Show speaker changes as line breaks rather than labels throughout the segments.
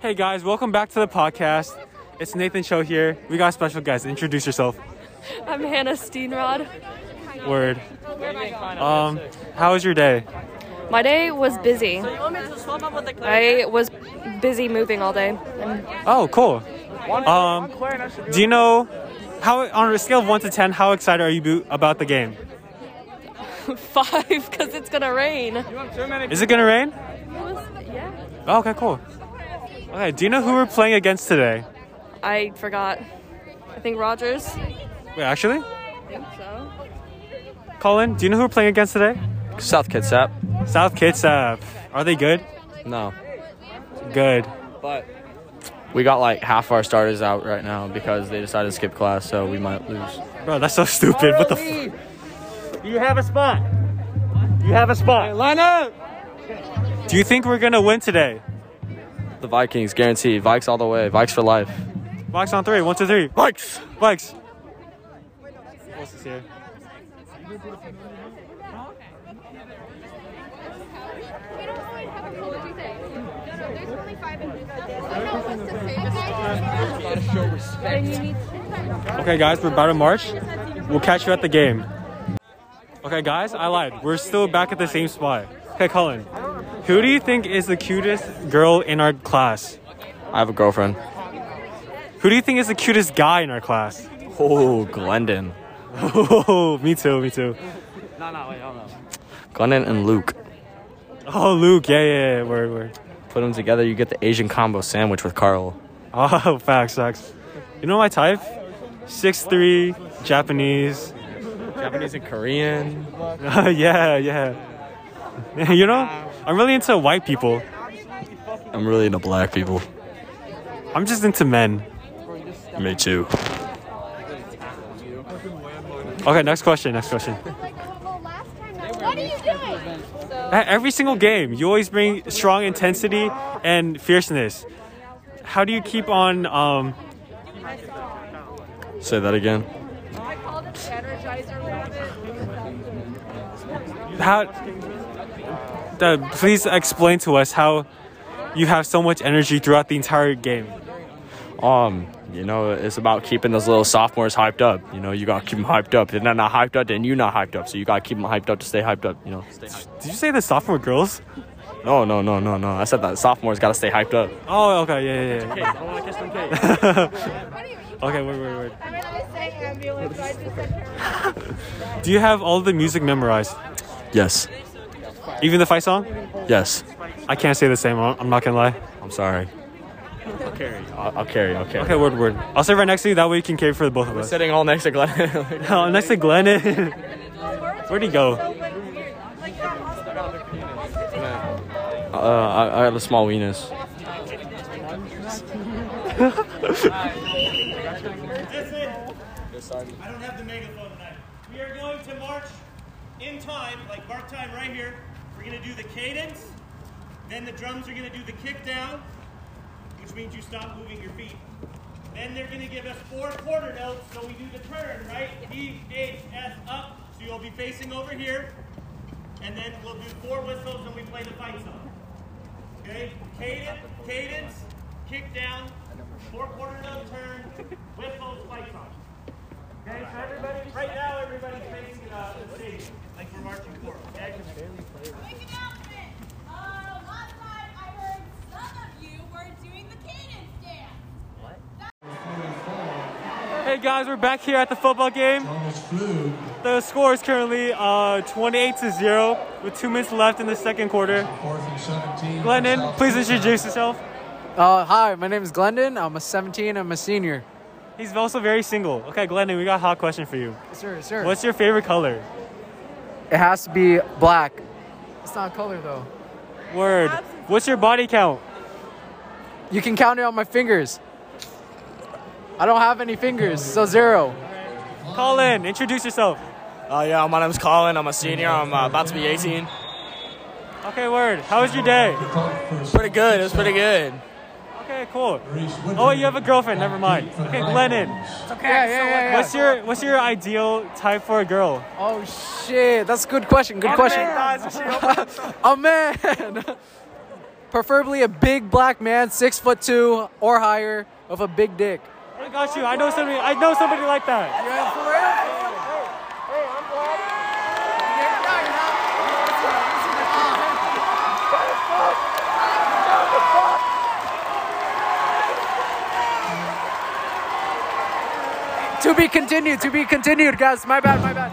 Hey guys, welcome back to the podcast. It's Nathan Cho here. We got a special guest. Introduce yourself.
I'm Hannah Steenrod.
Word. Um, how was your day?
My day was busy.
Uh,
I was busy moving all day.
Oh, cool. Um, do you know how on a scale of one to ten, how excited are you bo- about the game?
Five, because it's gonna rain.
Is it gonna rain?
yeah.
Oh, okay, cool. Okay, do you know who we're playing against today?
I forgot. I think Rogers.
Wait, actually,
think so.
Colin, do you know who we're playing against today?
South Kitsap.
South Kitsap. Are they good?
No.
Good.
But we got like half our starters out right now because they decided to skip class, so we might lose.
Bro, that's so stupid. What the f-
You have a spot. You have a spot. line up.
Do you think we're gonna win today?
The Vikings, guaranteed. Vikes all the way. Vikes for life.
Box on three. One, two, three.
Vikes!
Legs. What's this here? Okay, guys, we're about to march. We'll catch you at the game. Okay, guys, I lied. We're still back at the same spot. Okay, Colin, who do you think is the cutest girl in our class?
I have a girlfriend.
Who do you think is the cutest guy in our class?
Oh, Glendon.
Oh, me too, me too.
Glendon and Luke.
Oh, Luke, yeah, yeah, yeah, word, word.
Put them together, you get the Asian combo sandwich with Carl.
Oh, facts, facts. You know my type? Six three, Japanese.
Japanese and Korean.
yeah, yeah. you know, I'm really into white people.
I'm really into black people.
I'm just into men.
Me too.
Okay, next question, next question.
What are you doing?
At every single game, you always bring strong intensity and fierceness. How do you keep on um
Say that again.
how the please explain to us how you have so much energy throughout the entire game.
Um, you know, it's about keeping those little sophomores hyped up. You know, you gotta keep them hyped up. If they're not hyped up, then you're not hyped up. So you gotta keep them hyped up to stay hyped up. You know.
Did you say the sophomore girls?
No, no, no, no, no. I said that sophomores gotta stay hyped up.
Oh, okay, yeah, yeah, yeah. okay, wait, wait, wait.
I'm really saying ambulance, so I just said
Do you have all the music memorized?
Yes,
Even the fight song?
yes.
I can't say the same. I'm I'm not gonna lie.
I'm sorry. I'll carry. I'll, I'll carry. I'll carry.
Okay, word, word. I'll sit right next to you. That way you can carry for the both of us.
Sitting all next to Glenn.
Oh, next to Glennon. Where'd he go?
uh, I, I had a small weenus.
I don't have the megaphone tonight. We are going to march in time, like mark time right here. We're going to do the cadence, then the drums are going to do the kick down, which means you stop moving your feet. Then they're going to give us four quarter notes, so we do the turn, right? E, H, S, up. So you'll be facing over here, and then we'll do four whistles and we play the fight song. Okay? Cadence, cadence, kick down, four quarter note turn, whistles, fight song. Okay, so everybody, right now, everybody's facing uh, the stage, like we're marching forward. Okay?
Quick announcement! Uh, last time I heard some of you were doing the cadence dance.
Hey guys, we're back here at the football game. The score is currently uh, 28 to 0 with two minutes left in the second quarter. Glennon, please introduce yourself.
Uh, hi, my name is Glendon. I'm a 17. I'm a senior.
He's also very single. Okay, Glennon, we got a hot question for you.
Sir, sir.
What's your favorite color?
It has to be black. It's not a color though.
Word. What's your body count?
You can count it on my fingers. I don't have any fingers, so zero.
Colin, introduce yourself.
Uh, yeah, my name's Colin. I'm a senior. I'm uh, about to be 18.
Okay, word. How was your day?
Pretty good. It was pretty good.
Okay, cool. Oh, wait, you have a girlfriend. Never mind. Okay, Glennon,
Okay, yeah, yeah, yeah, yeah.
what's your what's your ideal type for a girl?
Oh shit, that's a good question. Good question. Oh man.
Preferably a big black man, six foot two or higher, with a big dick.
I got you. I know somebody. I know somebody like that.
To be continued, to be continued, guys. My bad, my bad.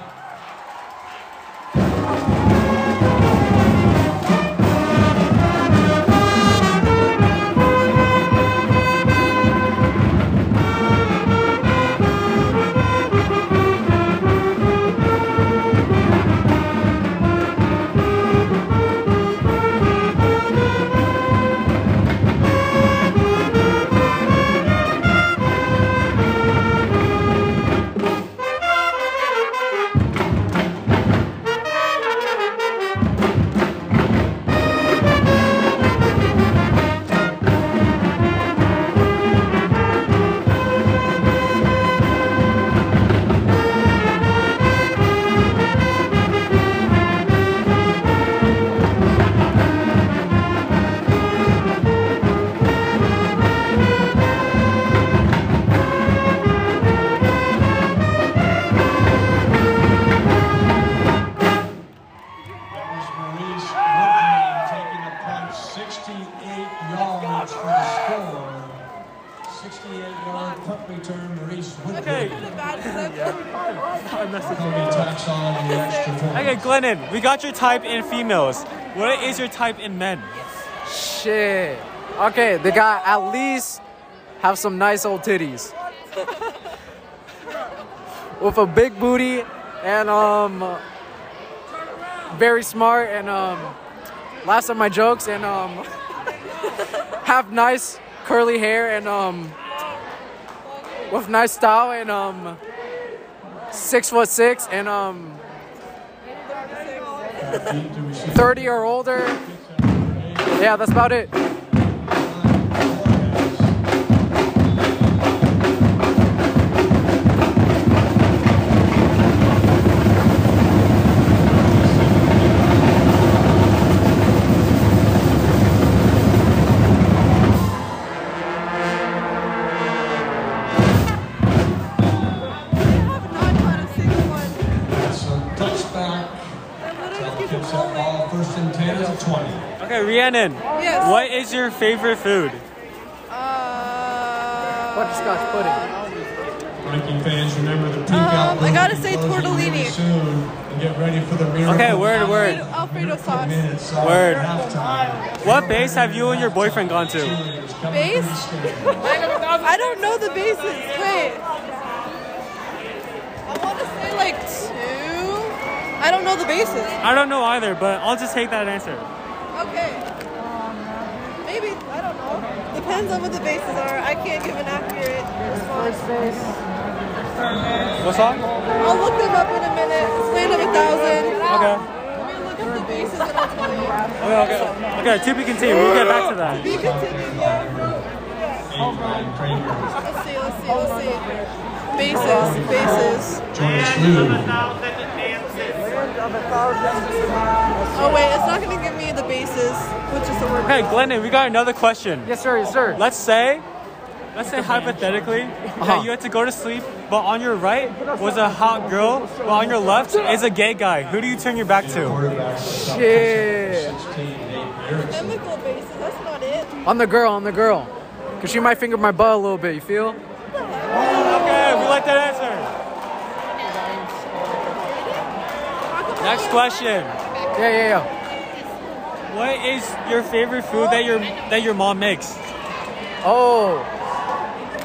There's Maurice Woodman taking a punt 68 yards for the score. 68 yard punt return, Maurice Woodman.
Okay.
Kobe tacks on the extra point.
Okay, Glennon, we got your type in females. What is your type in men?
Shit. Okay, they got at least have some nice old titties. With a big booty and um very smart and um laughs at my jokes and um have nice curly hair and um with nice style and um six foot six and um
Deep to receive.
30 or older. Yeah, that's about it.
So touchback. Tell Kicks that ball first and 10 at the 20.
Okay, Rhiannon,
Yes.
what is your favorite food?
Uh,
Butterscotch pudding.
Breaking fans, remember the peak
Um,
out.
I gotta
will
say
be closing
tortellini.
very Soon, and get ready for the miracle.
Okay, word,
Alfredo,
word.
Alfredo sauce.
Minutes
Word.
Halftime.
What base have you and your boyfriend gone to?
Cheerleaders coming
Base?
from the stands.
I don't know the bases. Wait. I want to say like two. I don't know the bases.
I don't know either, but I'll just take that answer.
Okay. Maybe I don't know. Depends on what the bases are. I can't give an accurate response.
What's up?
I'll look them up in a minute. It's land of a thousand.
Okay.
Let me look up the bases and I'll tell you.
Okay, okay. Okay, to be continued. We'll get back to that.
Be continued. Yeah.
Jonas
Let's see. Let's see. Let's see. Bases. Bases.
Lou,
Oh wait, it's not gonna give me the bases, which is the word.
Okay, Glennon, we got another question.
Yes, sir. Yes, sir.
Let's say, let's say hypothetically that you had to go to sleep, but on your right was a hot girl, but on your left is a gay guy. Who do you turn your back to?
quarterback for South
Shit.
Texas, 16, Nate Erickson.
Chemical bases. That's not it.
On the girl, on the girl. Cause she might finger my butt a little bit, you feel?
Okay, we like that answer. Next question.
Yeah, yeah, yeah.
What is your favorite food that your that your mom makes?
Oh.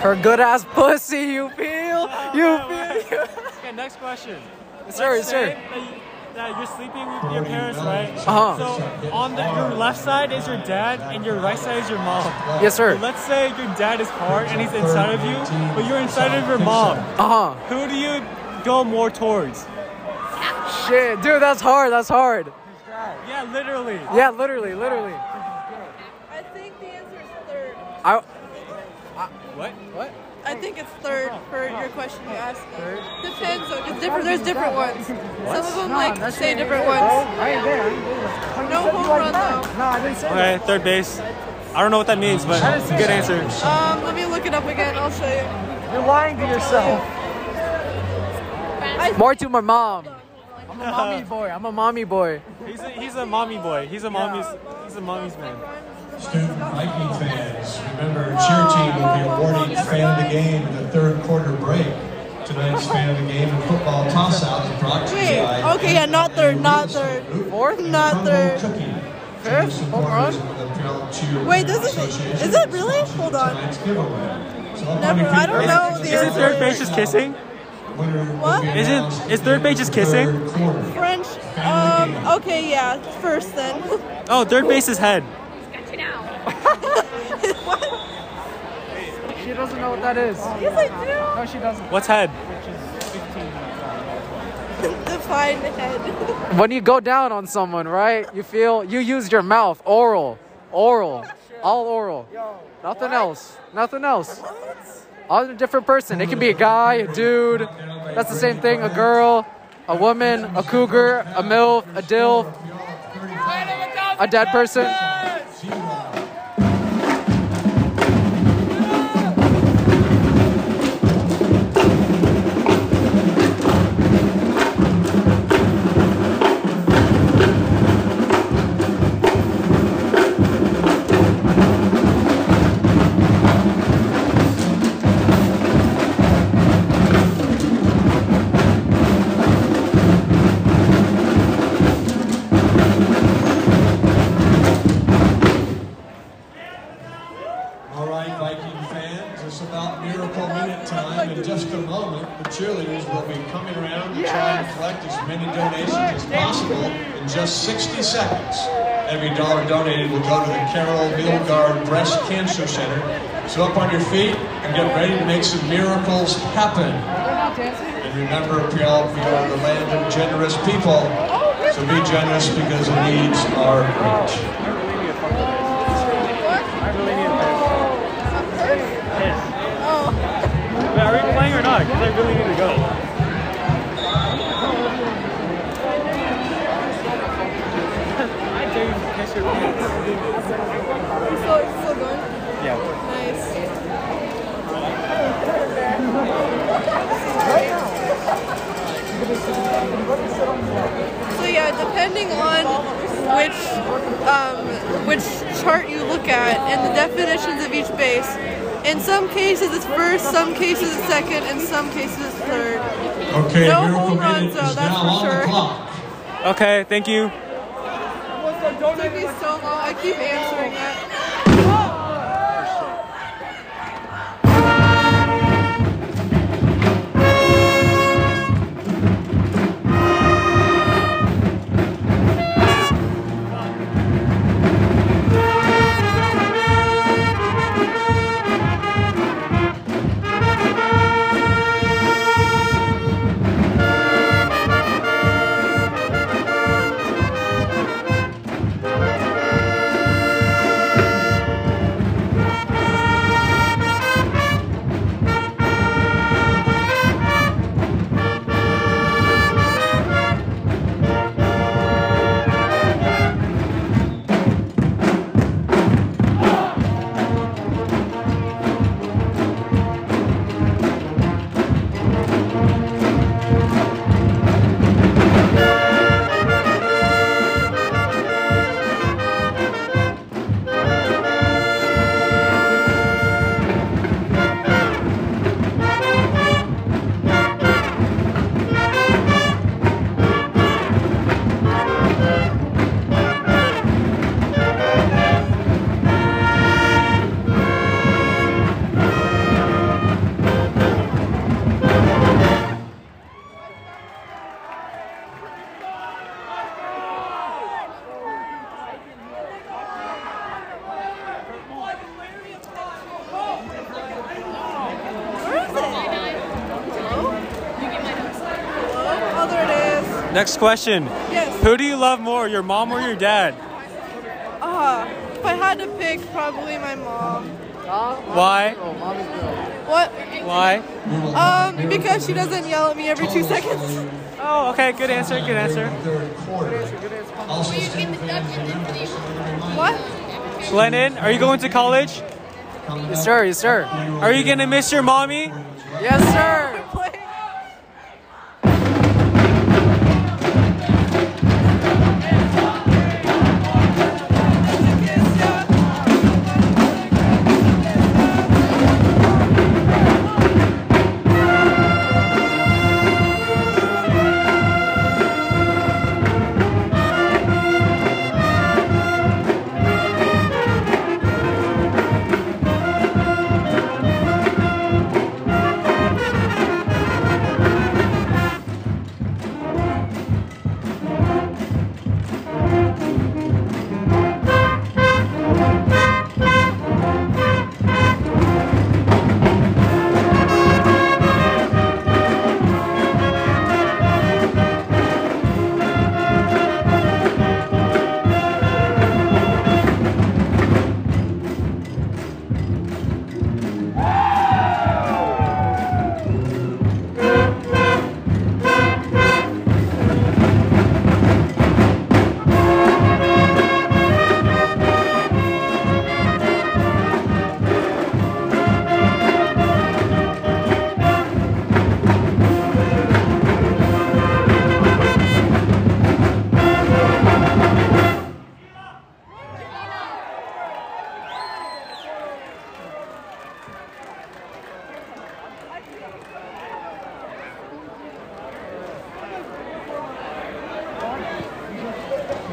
Her good ass pussy, you feel? You feel?
Okay, next question.
Yes, sir, yes,
Say
sir.
that you- That you're sleeping with your parents, right?
Uh-huh.
So on the, your left side is your dad, and your right side is your mom.
Yes, sir.
Let's say your dad is hard and he's inside of you, but you're inside of your mom.
Uh huh.
Who do you go more towards?
Shit, dude, that's hard. That's hard.
Yeah, literally.
Yeah, literally, literally.
I think the answer is third.
I.
What?
What?
I think it's third for your question you asked. me. Depends, though, 'cause different. There's different ones. Some of them like say different ones.
Right there.
No home run though.
No, I didn't say
Okay, third base. I don't know what that means, but good answer.
Um, let me look it up again. I'll show you.
You're lying to yourself.
More to my mom. I'm a mommy boy. I'm a mommy boy.
He's a, he's a mommy boy. He's a mommy's. He's a mommy's man.
Student Viking fans, remember, cheer team will be awarding fan of the game in the third quarter break. Tonight's fan of the game in football toss-out is brought to you
Wait.
by
Okay. Yeah. Not third. Not third. Fourth. Not third. Fifth. Home run. Wait. This is. Is it really? Hold on. Never. I don't know the
Is it
answer.
third base just kissing?
What?
Is it? Is third base just kissing?
French. Um. Okay. Yeah. First then.
Oh, third base is head.
She doesn't know what that is.
Yes, I do. No,
she doesn't.
What's head?
Define head.
When you go down on someone, right? You feel you use your mouth, oral, oral, all oral. Nothing else. Nothing else. All a different person. It can be a guy, a dude. That's the same thing. A girl, a woman, a cougar, a milf, a dilf, a dead person.
All right, Viking fans, it's about miracle minute time. In just a moment, the cheerleaders will be coming around to try and collect as many donations as possible in just 60 seconds. Every dollar donated will go to the Carol Milgard Breast Cancer Center. So up on your feet and get ready to make some miracles happen. And remember, Puyallup, we are the land of generous people. So be generous because the needs are great.
Oh.
Wait, are we playing or not? Because I really need to go.
I dare you to kiss your pants.
You're still, you're still going?
Yeah.
So yeah, depending on which um, which chart you look at and the definitions of each base, in some cases it's first, some cases it's second, in some cases it's third.
Okay,
no
miracle
home
minute
runs
is
though, that's
now on
for
the
sure.
clock.
Okay, thank you.
It took me so long. I keep answering it. Oh, there it is.
Next question.
Yes.
Who do you love more, your mom or your dad?
Ah, if I had to pick, probably my mom.
Why?
What?
Why?
Um, because she doesn't yell at me every two seconds.
Oh, okay. Good answer. Good answer.
What?
Lennon, are you going to college?
Yes, sir. Yes, sir.
Are you gonna miss your mommy?
Yes, sir.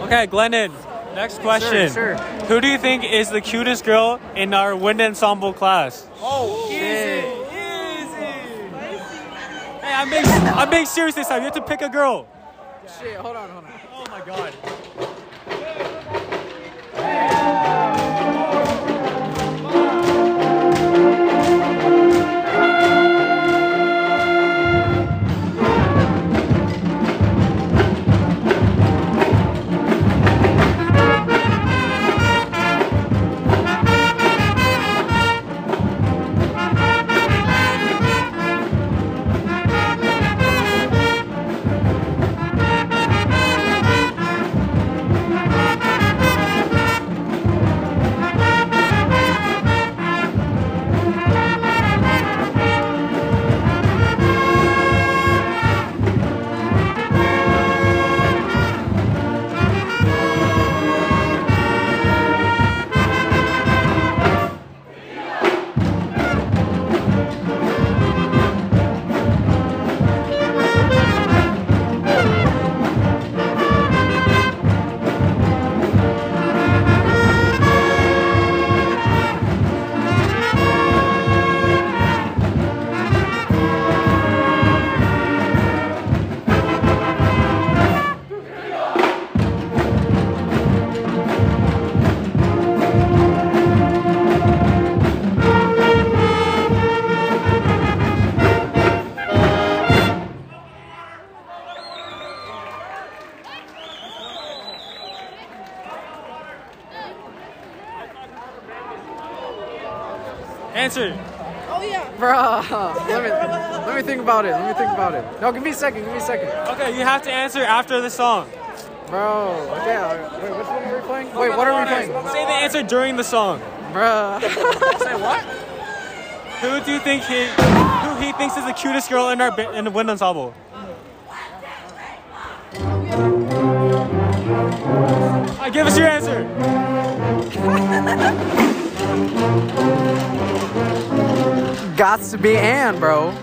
Okay, Glennon. Next question.
Yes, sir,
Who do you think is the cutest girl in our wind ensemble class?
Oh, shit.
Hey, I'm being, I'm being serious this time. You have to pick a girl.
Shit, hold on, hold on.
Oh my god. Answer.
Oh yeah.
Bruh. Let me, let me think about it. Let me think about it. No, give me a second. Give me a second.
Okay, you have to answer after the song.
Bro. Okay. alright. Wait, which one are we playing? Wait, what are we playing?
Say the answer during the song.
Bruh. Say what?
Who do you think he, who he thinks is the cutest girl in our ba- in the wind ensemble? Alright, Uh, give us your answer.
Gots to be Ann, bro.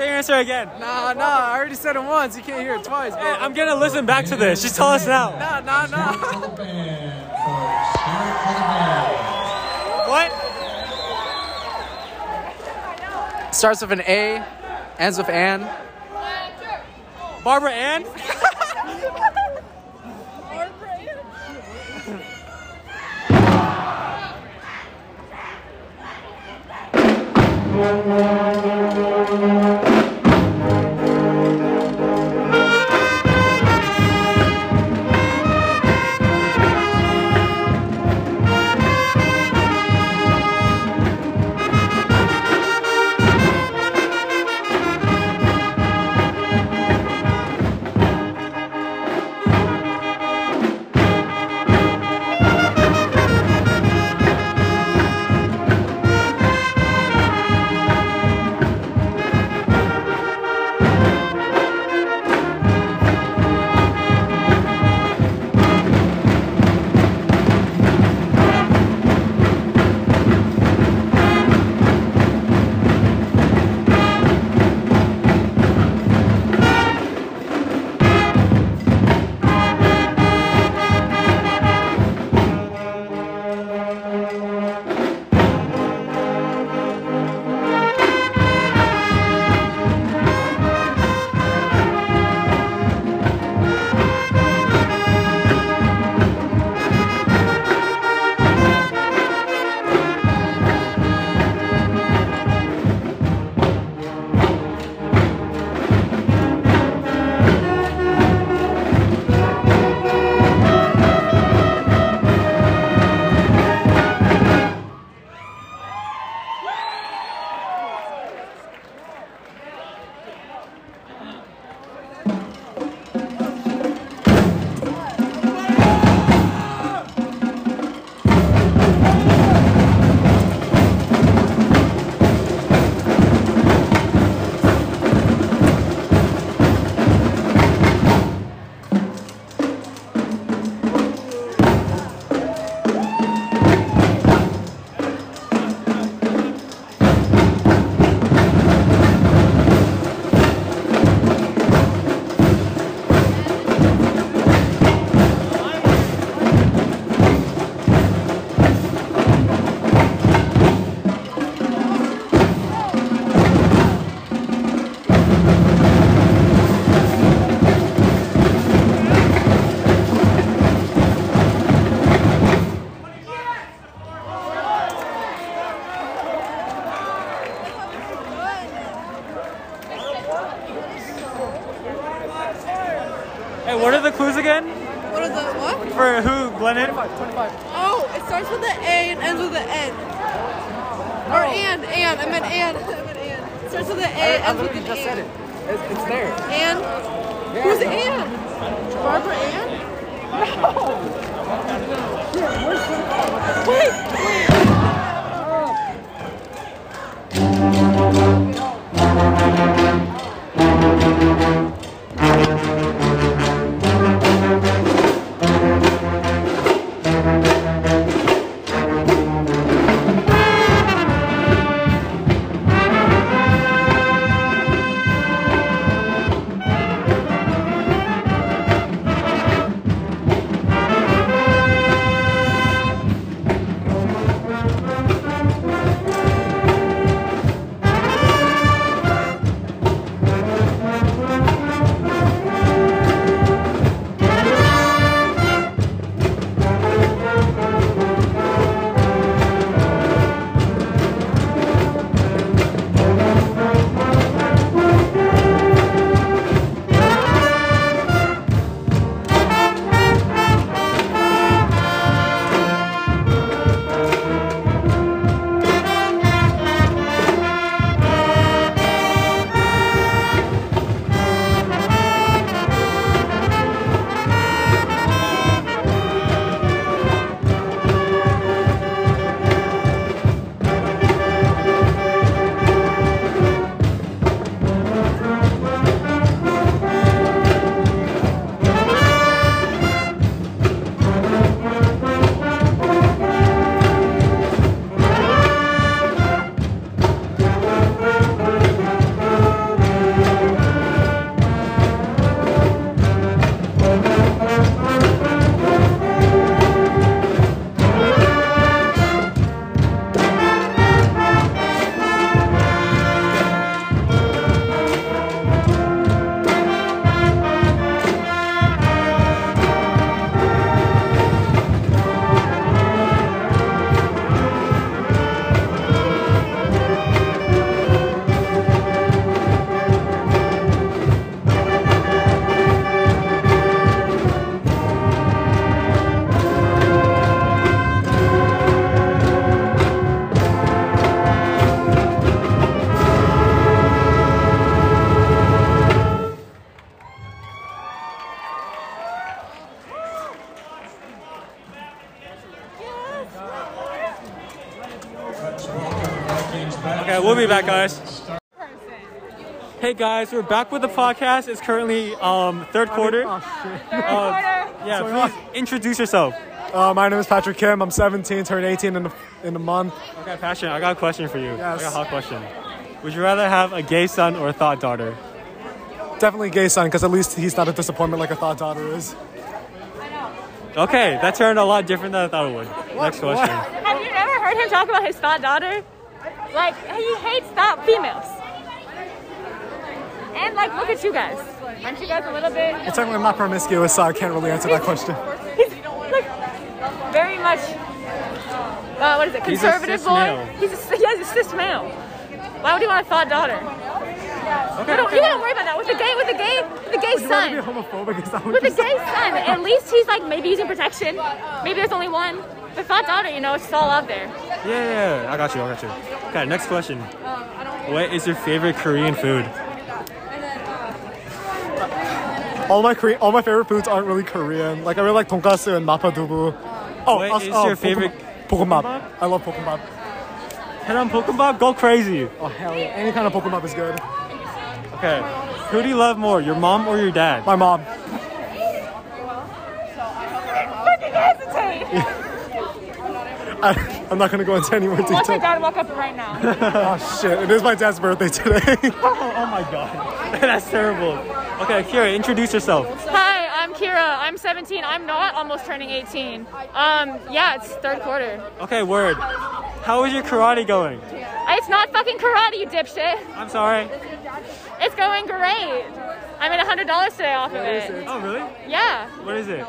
answer again.
Nah, nah, I already said it once. You can't hear it twice. Hey,
Oh, I'm gonna listen back to this. Just tell us now.
Nah, nah, nah.
What?
Starts with an A, ends with an.
Barbara Ann? Hey, what are the clues again?
What are the what?
For who, Glennon?
25.
Oh, it starts with an A and ends with an N. Or and, and, I meant and. I meant and. Starts with an A,
Oh. I, I
ends with
literally
an
just said
N.
it. It's, it's there.
Ann? Who's Ann? Barbara Ann?
Thank
Okay, we'll be back, guys. Hey guys, we're back with the podcast. It's currently um, third quarter. Um, yeah, please introduce yourself.
Uh, my name is Patrick Kim. I'm 17, turned 18 in the, in the month.
Okay, Passion, I got a question for you.
Yes.
I got a hot question. Would you rather have a gay son or a thought daughter?
Definitely gay son, because at least he's not a disappointment like a thought daughter is.
Okay, that turned a lot different than I thought it would. Next question.
Have you ever heard him talk about his thought daughter? Like he hates thought females. And like, look at you guys. Aren't you guys a little bit?
Well, technically, I'm not promiscuous, so I can't really answer that question.
He's like very much. Uh, what is it?
He's a
Conservative
cis
boy.
male.
He's a, he has a cis male. Why would he want a thought daughter?
Okay,
you don't,
okay.
you don't worry about that. With the gay, with the gay, with the gay
Would you
son.
rather be homophobic? Is that what
With a
you
gay
said?
son, at least he's like maybe using protection. Maybe there's only one. But thought daughter, you know, it's just all out there.
Yeah, yeah, yeah, I got you, I got you. Okay, next question.
Uh,
What is your favorite Korean food?
All my Kore- all my favorite foods aren't really Korean. Like I really like tonkatsu and mapadubu. Oh,
What
also-
is
oh,
your favorite-
Pokemon. I love Pokemon.
Head on Pokemon, go crazy.
Oh hell yeah! Any kind of Pokemon is good.
Okay, who do you love more, your mom or your dad?
My mom.
Fucking hesitate.
I, I'm not gonna go into any more
Watch my
detail.
dad walk up right now.
oh shit! It is my dad's birthday today.
oh my god, that's terrible. Okay, Kira, introduce yourself.
Hi, I'm Kira. I'm 17. I'm not almost turning 18. Um, yeah, it's third quarter.
Okay, word. How is your karate going?
It's not fucking karate, you dipshit.
I'm sorry.
It's going great. I made $100 today off of it.
Oh really?
Yeah.
What is it?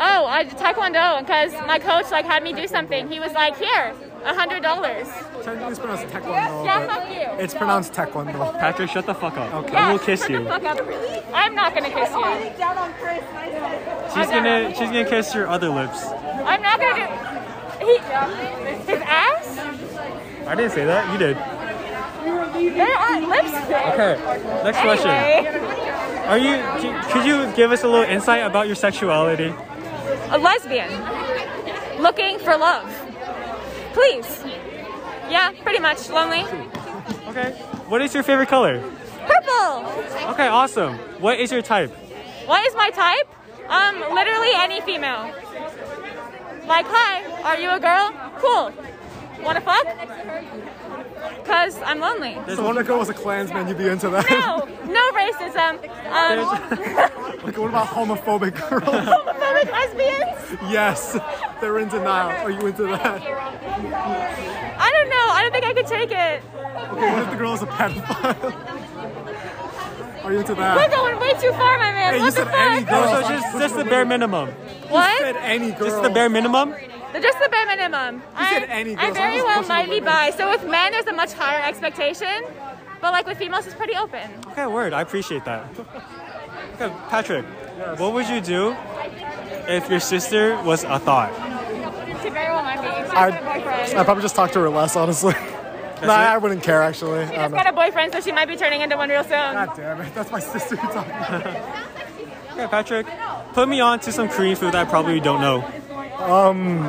Oh, I did taekwondo because my coach like had me do something. He was like, "Here, a hundred dollars."
Technically, it's pronounced taekwondo.
Yeah,
but
fuck you.
It's pronounced taekwondo.
Patrick, shut the fuck up. Okay.
Yeah,
I will kiss
shut
you.
The fuck up. I'm not gonna kiss you.
She's gonna, she's gonna kiss your other lips.
I'm not gonna do. He, his ass.
I didn't say that. You did.
There are lipstick.
Okay, next question.
Anyway,
Are you? c- Could you give us a little insight about your sexuality?
a lesbian looking for love. Please. Yeah, pretty much lonely.
Okay. What is your favorite color?
Purple.
Okay, awesome. What is your type?
What is my type? Um, literally any female. Like, hi, are you a girl? Cool. Wanna fuck? Cause I'm lonely.
So when a girl was a Klansman, you'd be into that.
No, no racism. Um,
like what about homophobic girls?
homophobic lesbians?
yes, they're in denial. Are you into that?
I don't know. I don't think I could take it.
Okay, what if the girl is a pedophile? Are you into
We're
that?
going way too far, my man.
Hey, you
what the
said any
fuck?
girl.
Oh, so just, just the bare minimum.
What?
any girl.
Just the bare minimum?
They're just the bare minimum. I'm,
any
I'm
girls, I
very
was
well
pushing the
might be bi. So with men, there's a much higher expectation, but like with females, it's pretty open.
Okay, word. I appreciate that. Okay, Patrick, what would you do if your sister was a thought?
She very well might be. She just
I'd,
got a boyfriend.
I'd probably just talk to her less, honestly. nah,
it?
I wouldn't care actually.
She
I
just
don't know.
got a boyfriend, so she might be turning into one real soon. God
damn it. That's my sister you're talking about.
Okay, Patrick, put me on to some Korean food that I probably don't know.
Um,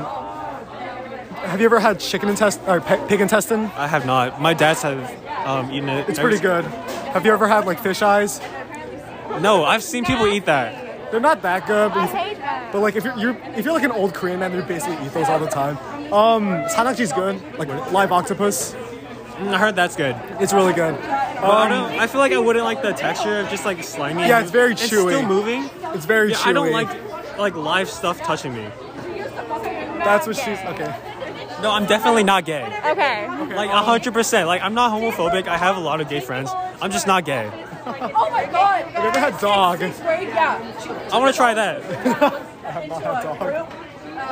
have you ever had chicken intestine or pe- pig intestine?
I have not. My dad's have um, eaten it.
It's pretty good. Have you ever had like fish eyes?
No, I've seen people eat that.
They're not that good, but,
hate that.
but like if you're, you're if you're like an old Korean man, you basically eat those all the time. Um, sanakji's good, like live octopus.
Mm, I heard that's good.
It's really good.
But I,
Um,
don't, I feel like I wouldn't like the texture of just like slimy.
Yeah, it's very
It's
chewy.
still moving.
It's very
yeah, I don't
chewy.
like like live stuff touching me.
That's what she's okay.
No, I'm definitely not gay.
Okay.
Like
um,
hundred percent. Like I'm not homophobic. I have a lot of gay friends. I'm just not gay.
Oh my god! Have
you ever had dog?
Sixth grade, yeah.
I want to try that.
I have not had dog.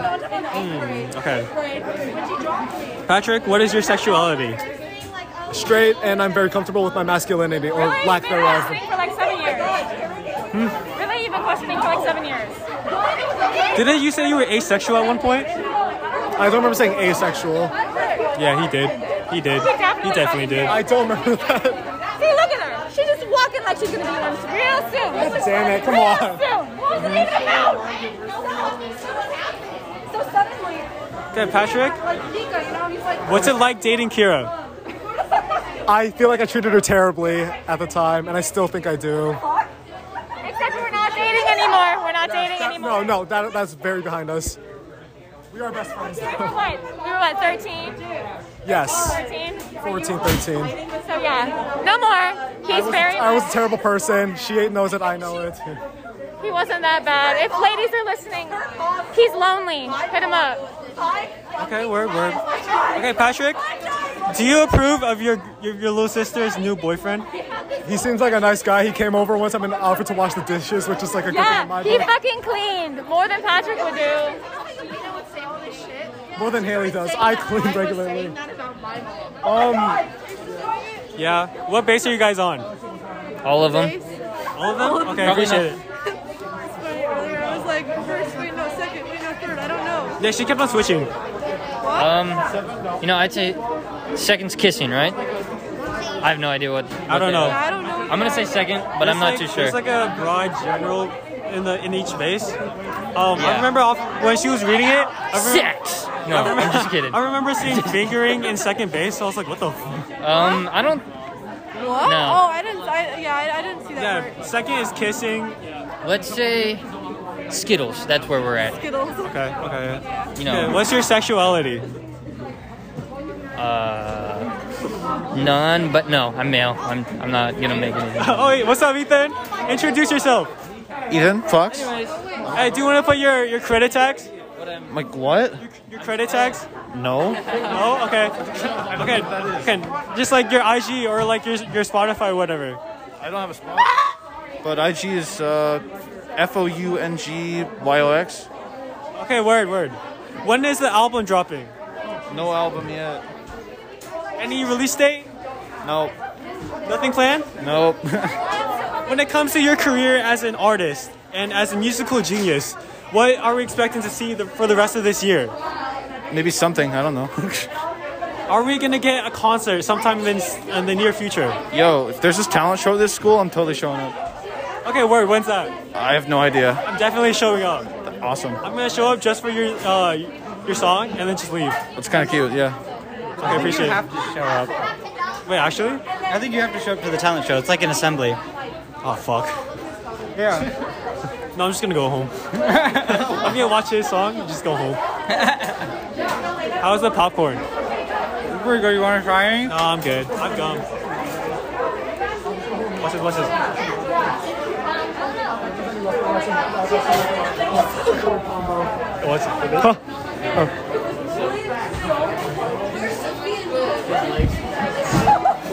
Mm, okay.
okay.
Patrick, what is your sexuality?
Straight, and I'm very comfortable with my masculinity or
Really?
lack
You've been
thereof.
questioning for like
Oh
seven years. Really, you've been questioning for like seven years.
Didn't you say you were asexual at one point?
I don't remember saying asexual.
Yeah, he did. He did. He definitely did.
I don't remember that.
See, look at her. She's just walking like she's gonna be one real soon.
God damn it, come
real
on.
Soon. What was it even about?
So suddenly,
Okay, Patrick,
like Nika, you know, he's like.
what's it like dating Kira?
I feel like I treated her terribly at the time, and I still think I do.
Except we're not dating anymore. We're not dating
That-
anymore.
no, no, that, that's very behind us. We are best friends.
We were what? We were what? Thirteen.
Yes.
13?
14, 13.
So yeah, no more. He's very.
I was a terrible person. She knows it. I know it.
He wasn't that bad. If ladies are listening, he's lonely. Hit him up.
Okay, word, word. Okay, Patrick, do you approve of your your, your little sister's new boyfriend?
He seems like a nice guy. He came over once. I'm in the office to wash the dishes, which is like a good thing in
Yeah,
my
he
book.
fucking cleaned more than Patrick would do.
More than Haley does. I clean regularly. Um,
Yeah. What base are you guys on?
All of them.
All of them?
Probably
Okay, appreciate
not.
it.
It's funny earlier. I was like, first, wait, no, second, wait, no, third. I don't know.
Yeah, she kept on switching.
Um, you know, I'd say second's kissing, right? I have no idea what. what
don't
they
know.
are.
I
don't know.
I'm gonna say second, but I'm
It's
not
like-
too sure.
It's like a broad general in the in each base. Um, I
Yeah.
remember off, when she was reading it. I remember,
Sex. No, I'm just kidding.
I remember seeing fingering in second base. So I was like, what the? F-?
Um, I don't.
What?
No.
Oh, I didn't. I, yeah, I, I didn't see that part.
Yeah, second is kissing.
Let's say Skittles. That's where we're at.
Skittles.
Okay, okay.
You know.
Okay, what's your sexuality?
Uh, none, but no, I'm male. I'm, I'm not gonna make anything.
oh wait, what's up, Ethan? Introduce yourself.
Ethan Fox.
Hey, do you want to put your your credit tags?
Like what?
Your credit tags?
No.
Oh, okay. Okay, okay. Just like your IG or like your your Spotify, whatever.
I don't have a spot. But IG is uh, F O U N G Y O X.
Okay, word, word. When is the album dropping?
No album yet.
Any release date?
Nope.
Nothing planned?
Nope.
When it comes to your career as an artist and as a musical genius, what are we expecting to see the, for the rest of this year?
Maybe something. I don't know.
Are we gonna get a concert sometime in, s- in the near future?
Yo, if there's this talent show at this school, I'm totally showing up.
Okay, word. When's that?
I have no idea.
I'm definitely showing up.
Awesome.
I'm gonna show up just for your uh, your song and then just leave.
That's kind of cute. Yeah.
Okay, appreciate
you
it.
have to show up.
Wait, actually?
I think you have to show up to the talent show. It's like an assembly.
Oh fuck.
Yeah.
No, I'm just gonna go home. I'm gonna watch his song and just go home. How's the popcorn? Pretty good. You want to try any? No, I'm good. I've gum. Watch this. Watch this. What's
Huh.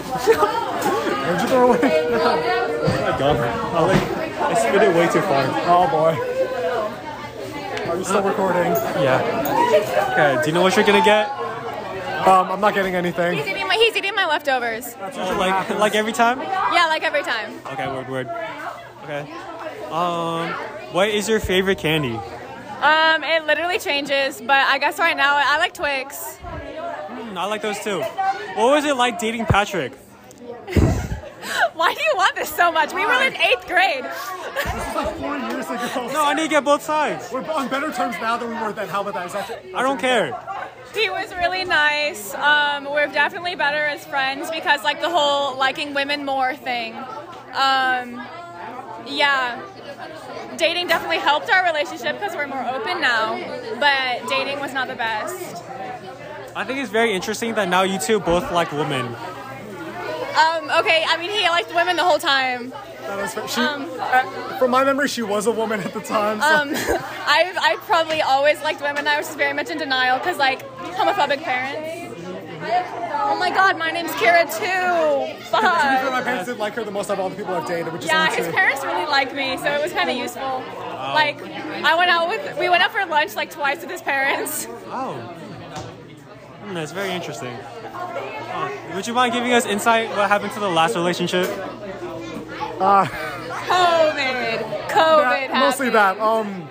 Where'd you throw it?
my gum? I like. I spit it way too far.
Oh boy. Are you still recording?
Yeah. Okay. Do you know what you're gonna get?
Um, I'm not getting anything.
He's eating my, he's eating my leftovers.
Like like every time.
Yeah, like every time.
Okay. Word. Word. Okay. Um. What is your favorite candy?
Um, it literally changes, but I guess right now I like Twix.
Hmm, I like those too. What was it like dating Patrick?
Why do you want this so much? We were in eighth grade.
Four years ago.
No, I need to get both sides.
We're on better terms now than we were then. How about that? Is that
I don't care.
He was really nice. Um, we're definitely better as friends because like the whole liking women more thing. Um, yeah. Dating definitely helped our relationship because we're more open now, but dating was not the best.
I think it's very interesting that now you two both like women.
Um, okay, I mean, he liked women the whole time.
That was fair. She,
Um,
uh, from my memory, she was a woman at the time.
Uh,
So.
Um, I I probably always liked women. I was just very much in denial because like homophobic parents. Oh my God, my name's Kira too.
To be fair, my
Fuck.
parents did like her the most out of all the people I've dated, which is
Yeah,
untrue.
his parents really liked me, so it was kind of useful. Like, I went out with we went out for lunch like twice with his parents.
Oh. Hmm, that's very interesting. Uh, would you mind giving us insight what happened to the last relationship?
Uh,
COVID, COVID.
that- mostly that. Um,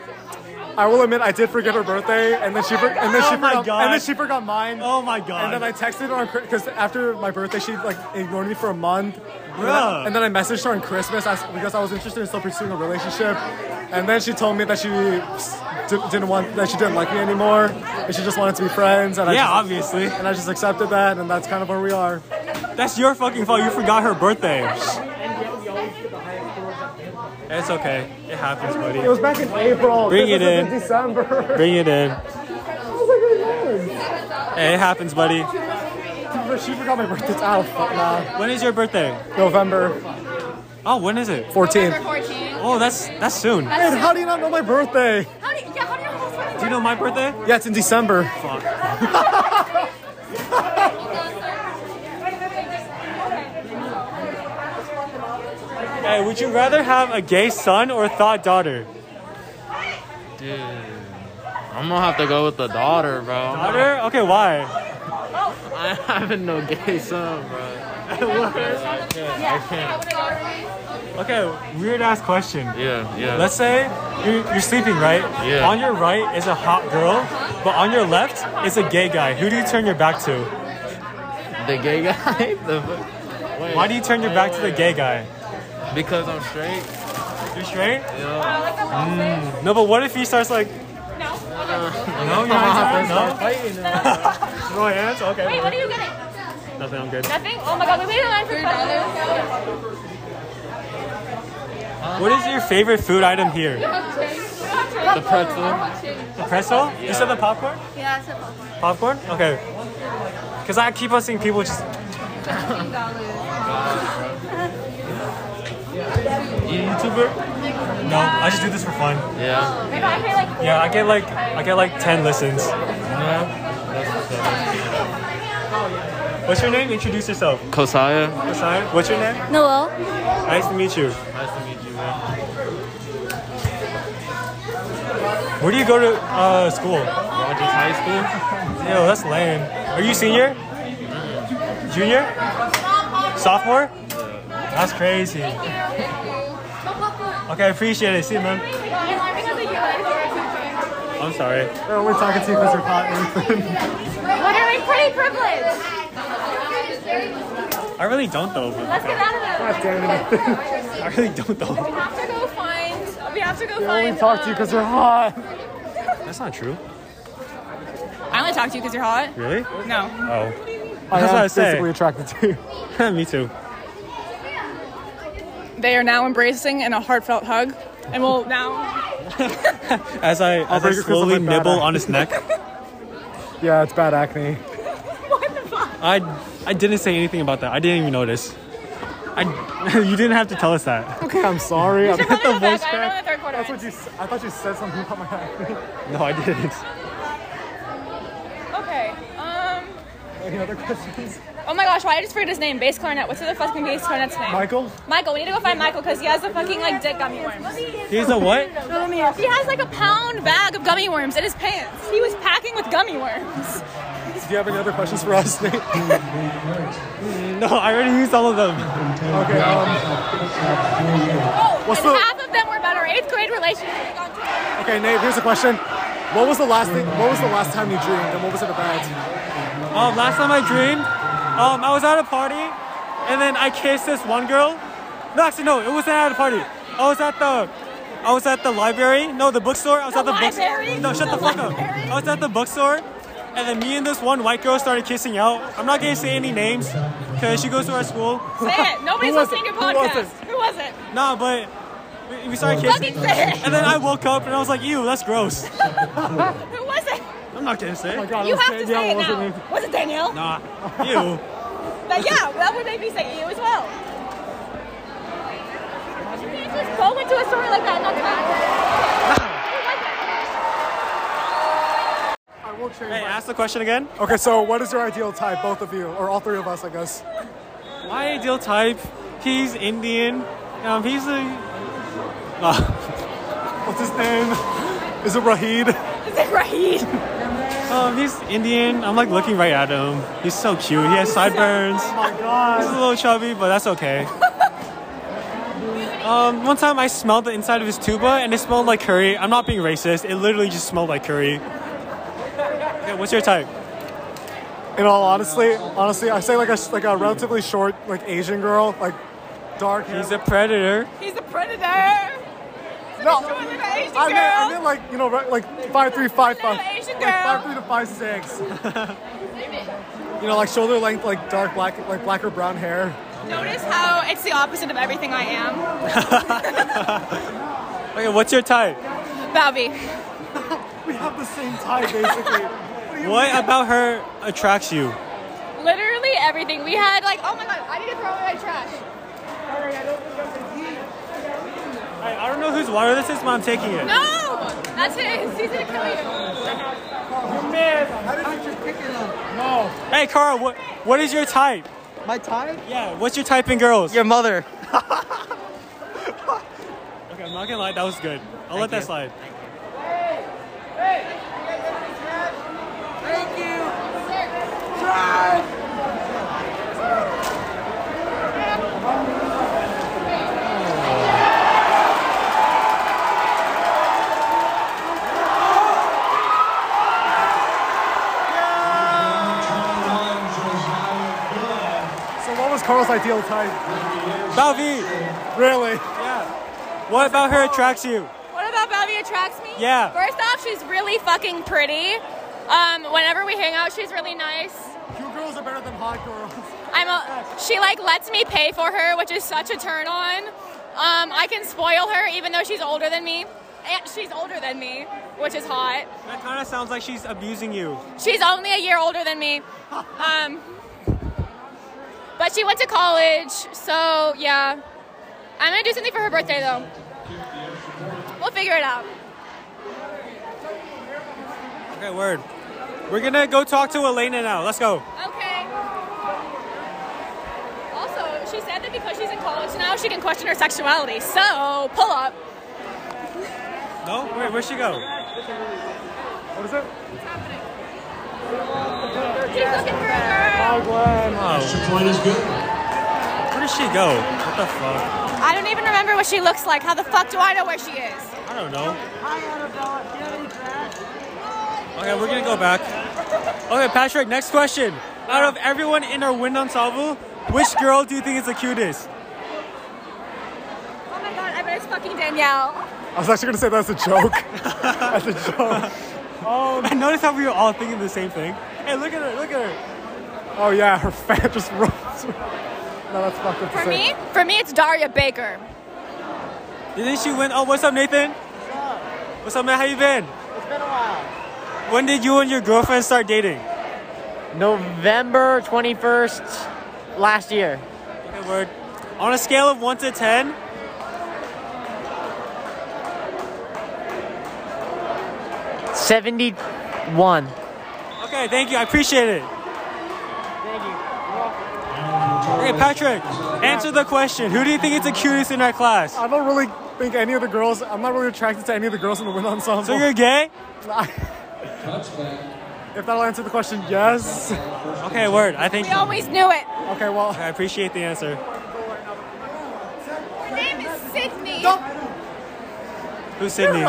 I will admit I did forget her birthday, and then she for, and then
Oh
she
my
forgot,
God.
and then she forgot mine.
Oh my god.
And then I texted her on because after my birthday, she like ignored me for a month. And then I-
Bruh.
And then I messaged her on Christmas as- because I was interested in still pursuing a relationship. And then she told me that she s- di- didn't want that she didn't like me anymore, and she just wanted to be friends. And I
Yeah,
just-
obviously.
And I just accepted that, and that's kind of where we are.
That's your fucking fault. You forgot her birthday. It's okay. It happens, buddy.
It was back in April. Oh
Bring it
This is
in.
December.
Bring it in. Hey, it happens, buddy.
She forgot my birthday. Oh, fuck, nah.
When is your birthday?
November.
Oh, when is it?
14.
Oh, that's that's soon.
Man, how do you not know my birthday?
Do you know my birthday?
Yeah, it's in December.
Hey, would you rather have a gay son or a thought daughter?
Dude, I'm gonna have to go with the daughter, bro.
Daughter? Okay, why?
I haven't no gay son, bro. I can't. I can't.
Okay, weird ass question.
Yeah, yeah.
Let's say you're, you're sleeping, right?
Yeah.
On your right is a hot girl, but on your left is a gay guy. Who do you turn your back to?
The gay guy? The, fu- wait,
Why do you turn your
wait,
back to the
wait.
gay guy?
Because I'm straight.
You're straight?
Uh,
mm.
Yeah.
No, but what if he starts like, no, you're not into that? No? Throw hands? Okay.
Wait, what are you getting?
Nothing, I'm good.
Nothing? Oh my god, we waited in line for five minutes.
What is your favorite food item here?
The
The pretzel? You said the popcorn?
Yeah, it's a popcorn.
Popcorn? Okay. Because I keep on seeing people just. You YouTuber? No, I just do this for fun.
Yeah.
Maybe I pay like
Yeah, I get like I get like ten listens. What's your name? Introduce yourself.
Kosaya.
Hassan, What's your name?
Noel.
Nice to meet you.
Nice to meet you, man.
Where do you go to uh, school?
Rogers High School.
Yo, that's lame. Are you senior? Junior? Sophomore? That's crazy. Okay, appreciate it. See you, man. I'm sorry.
Oh, we're talking to you because you're hot.
Literally pretty privilege.
I really don't though. but-
Let's get out of there.
I really don't though.
We have to go find. We have to go
We
find. uh,
only talk to you because you're hot.
That's not true.
I only talk to you because you're hot.
Really?
No.
Oh.
I
That's what
am
I say.
physically attracted to you.
Me too.
They are now embracing in a heartfelt hug, and will now.
As I as I
I'll break your crystal
slowly
with that.
nibble on his neck.
Yeah, it's bad acne.
I I didn't say anything about that. I didn't even notice. I you didn't have to tell us that.
Okay, I'm sorry. I'm
probably
the
go back.
voice
I don't know
crack. That's what you. s- I thought you said something about my acne.
No, I didn't.
Okay. Um.
Any other questions?
Oh my gosh, why I just forget his name? Bass clarinet. What's the fucking bass clarinet's name?
Michael?
Michael. We need to go find Michael because he has the fucking like dick gummy worms.
He's a what?
He has like a pound bag of gummy worms in his pants. He was packing with gummy worms.
Do you have any other questions for us, Nate?
No, I already used all of them.
Okay.
Oh,
Um, what's
and
the
half of them were better. Eighth grade relationships. gone too far.
okay, Nate? Here's a question. What was the last thing? What was the last time you dreamed, and what was it about?
Um, last time I dreamed, um, I was at a party, and then I kissed this one girl. No, actually, no, it wasn't at a party. I was at the, I was at the library. No, the bookstore. I was at the
library?
bookstore. No, shut the, fuck up. I was at the bookstore, and then me and this one white girl started kissing out. I'm not gonna say any names, cause she goes to our school.
Say it. Nobody's
Who was
listening to your
it? Who was
podcast. Who was it?
Nah, but we, we started
Fucking
kissing,
say it.
and then I woke up and I was like, "Ew, that's gross."
Who was it?
I'm not gonna
Oh
say. it.
you have to say it now. Was it Danielle?
Nah, ew.
But yeah, that would make me say you as well. You can't just go into a story like that and not
I will change.
Hey, ask the question again.
Okay, so what is your ideal type, both of you, or all three of us, I guess?
My ideal type, he's Indian. Um, he's a.
What's his name? Is it Rahid?
Is it Rahid?
Um, he's Indian. I'm like looking right at him. He's so cute. He has sideburns.
Oh my
He's a
god.
little chubby, but that's okay. Um, one time I smelled the inside of his tuba and it smelled like curry. I'm not being racist. It literally just smelled like curry. Okay, what's your type?
In all honestly, honestly, I say like a like a relatively short like Asian girl, like dark. He's
a predator.
He's a predator.
No,
Asian
I meant, I
girl.
meant like you know right- like five three five five.
Asian you,
Like
girl.
five three to five six. you know, like shoulder length, like dark black, like black or brown hair.
Notice how it's the opposite of everything I am.
Okay, what's your type?
Bobby.
we have the same type, basically.
What about her attracts you?
Literally everything. We had like, oh my god, I need to throw away my trash.
I, I don't know whose water this is, but I'm taking it.
No! That's his. He's gonna kill you. You
No. Hey, Carl, what what is your type? My type? Yeah. What's your type in girls? Your mother. okay, I'm not gonna lie. That was good. I'll let that slide.
Thank you. Drive.
So what was Carl's ideal type?
Balvi.
Really?
What about her attracts you?
What about Bobby attracts me?
Yeah.
First off, she's really fucking pretty. Um, whenever we hang out, she's really nice.
Cute girls are better than hot girls.
I'm a, she like lets me pay for her, which is such a turn on. Um, I can spoil her even though she's older than me. And she's older than me, which is hot.
That kind of sounds like she's abusing you.
She's only a year older than me. Um, but she went to college, so yeah. I'm gonna do something for her birthday though. We'll figure it out.
Okay, word. We're gonna go talk to Elena now. Let's go.
Okay. Also, she said that because she's in college now, she can question her sexuality. So, pull up.
No? Wait, where'd she go?
What is it?
She's looking for a girl.
Oh. point is good. Where did she go? What the fuck?
I don't even remember what she looks like. How the fuck do I know where she is?
I don't know. Okay, we're gonna go back. Okay, Patrick, next question. Out of everyone in our wind ensemble, which girl do you think is the cutest?
Oh my god, I bet it's fucking Danielle.
I was actually gonna say that's a joke. that's a joke.
Oh, I noticed how we were all thinking the same thing. Hey, look at her, look at her.
Oh yeah, her fan just rolls. no, that's fucked up. to
For
say.
me, for me, it's Daria Baker.
Didn't she win? Oh, what's up, Nathan? What's up, man? How you been?
It's been a while.
When did you and your girlfriend start dating?
November 21st last year.
Okay, word. On a scale of 1 to 10,
Seventy-one.
okay, thank you. I appreciate it.
Thank you.
Okay, Patrick, answer the question. Who do you think is the cutest in our class?
I don't really think any of the girls. I'm not really attracted to any of the girls in the wind ensemble.
So you're gay?
if that'll answer the question, yes.
Okay, word. I think.
We always knew it.
Okay, well.
I appreciate the answer.
Her name is Sydney.
Who's Sydney?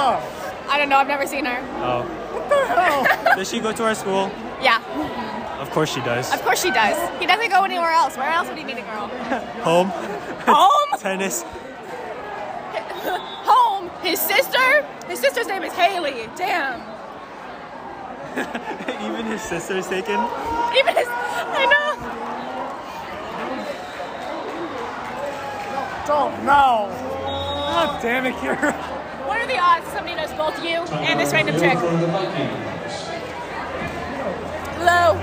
I don't know. I've never seen her.
Oh.
What the hell?
Does she go to our school?
yeah.
Of course she does.
Of course she does. He doesn't go anywhere else. Where else would he meet a girl?
Home.
Home?
Tennis.
Home. His sister. His sister's name is Haley. Damn.
Even his sister's taken.
Even his. I know.
Don't know. God damn it, Kira.
What are the odds somebody knows both you and this random chick? Low.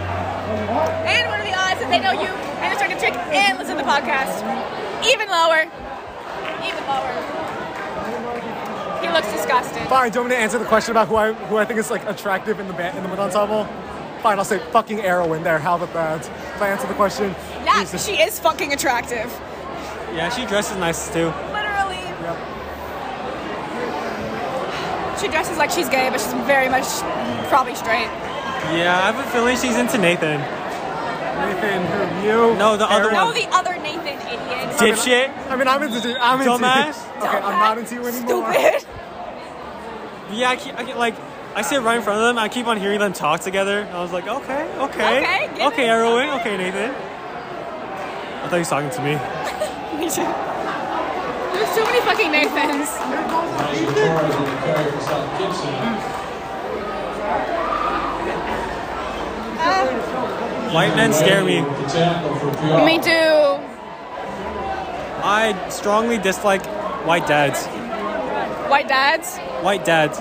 And what are the odds that they know you and this random chick and listen to the podcast? Even lower. Even lower. He looks disgusted.
Fine, do you want me to answer the question about who I who I think is like attractive in the band in the wind ensemble? Fine, I'll say fucking arrow in there. How about that? If I answer the question,
Yeah, she is fucking attractive.
Yeah, she dresses nice too.
Literally. She dresses like she's gay, but she's very much probably straight.
Yeah, I have a feeling she's into Nathan.
Nathan, who you?
No, Oh, the other
no,
one.
the other Nathan idiot.
Dipshit.
I mean, I'm into I'm into
Dumbass.
Okay, I'm not into you anymore.
Stupid.
Yeah, I, keep, I get, like I sit right in front of them. I keep on hearing them talk together. and I was like, okay, okay,
Okay,
okay,
get it,
Erwin, okay, Nathan. I thought he was talking to me.
Me too. There's too many fucking Nathans.
Torres with a carry for South Gibson.
White men scare me.
Me too.
I strongly dislike white dads.
White dads?
White dads.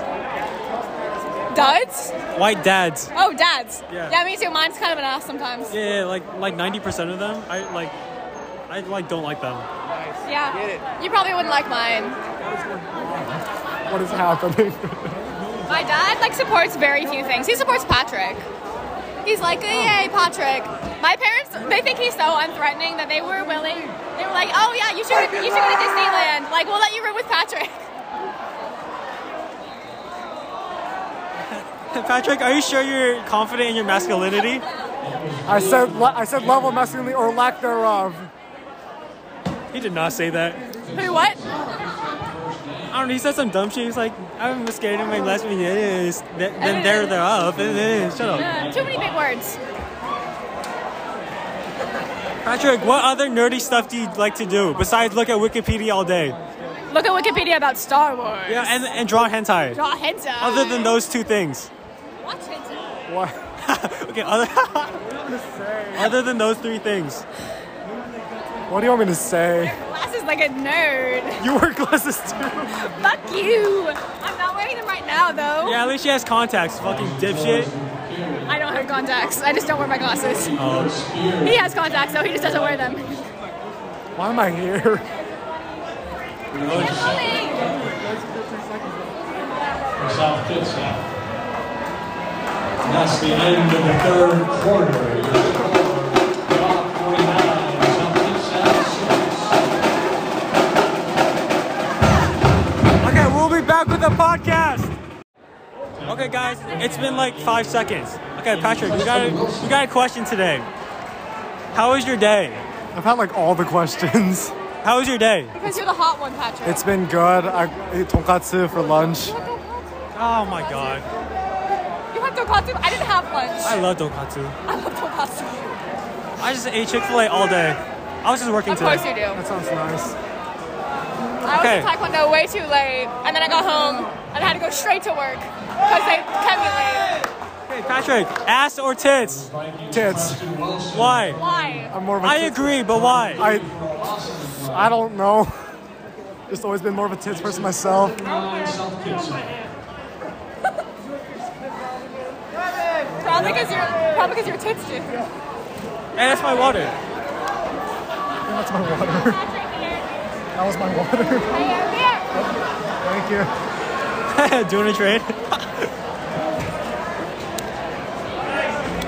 Duds?
White dads.
Oh, dads.
Yeah.
me too. Mine's kind of an ass sometimes.
Yeah, yeah, like like ninety percent of them, I like, I like don't like them.
Yeah. You probably wouldn't like mine.
What is happening?
My dad like supports very few things. He supports Patrick. He's like, yay, Patrick. My parents, they think he's so unthreatening that they were willing. They were like, oh yeah, you should, you should go to Disneyland. Like, we'll let you room with Patrick.
Patrick, are you sure you're confident in your masculinity?
I said le- I said level masculinity or lack thereof.
He did not say that.
Who? What?
I don't know. He said some dumb shit. He's like, I'm scared of my lesbian. Then there they're up. Shut up.
Uh, too many big words.
Patrick, what other nerdy stuff do you like to do besides look at Wikipedia all day?
Look at Wikipedia about Star Wars.
Yeah, and, and draw hentai.
Draw hentai.
Other than those two things.
Watch hentai.
What? okay, other, other than those three things.
What do you want me to say?
Glass is like a nerd.
You wear glasses too.
Fuck you. I'm not wearing them right now though.
Yeah, at least she has contacts, fucking dipshit.
I don't have contacts. I just don't wear my glasses.
Oh.
He has contacts though. He just doesn't wear them.
Why am I here?
And that's the end of the third quarter.
Okay, we'll be back with the podcast. Okay, guys, it's been like five seconds. Okay, Patrick, we got a, we got a question today. How was your day?
I've had like all the questions.
How was your day?
Because you're the hot one, Patrick.
It's been good. I ate tonkatsu for lunch.
Oh my god.
You had tonkatsu. I didn't have lunch.
I love Donkatsu.
I love tonkatsu.
I just ate Chick fil A all day. I was just working
Of
today.
course you do. That
sounds nice.
I was in
Okay.
taekwondo way too late, and then I got home and I had to go straight to work because they kept me late.
Patrick, ass or tits?
Tits.
Why?
Why?
I'm more of a
I
tits-
agree, but why?
I I don't know. Just always been more of a tits person myself.
Probably because you're probably because you're tits dude.
And that's my water.
That's my water. That was my water. Thank you.
Doing a trade?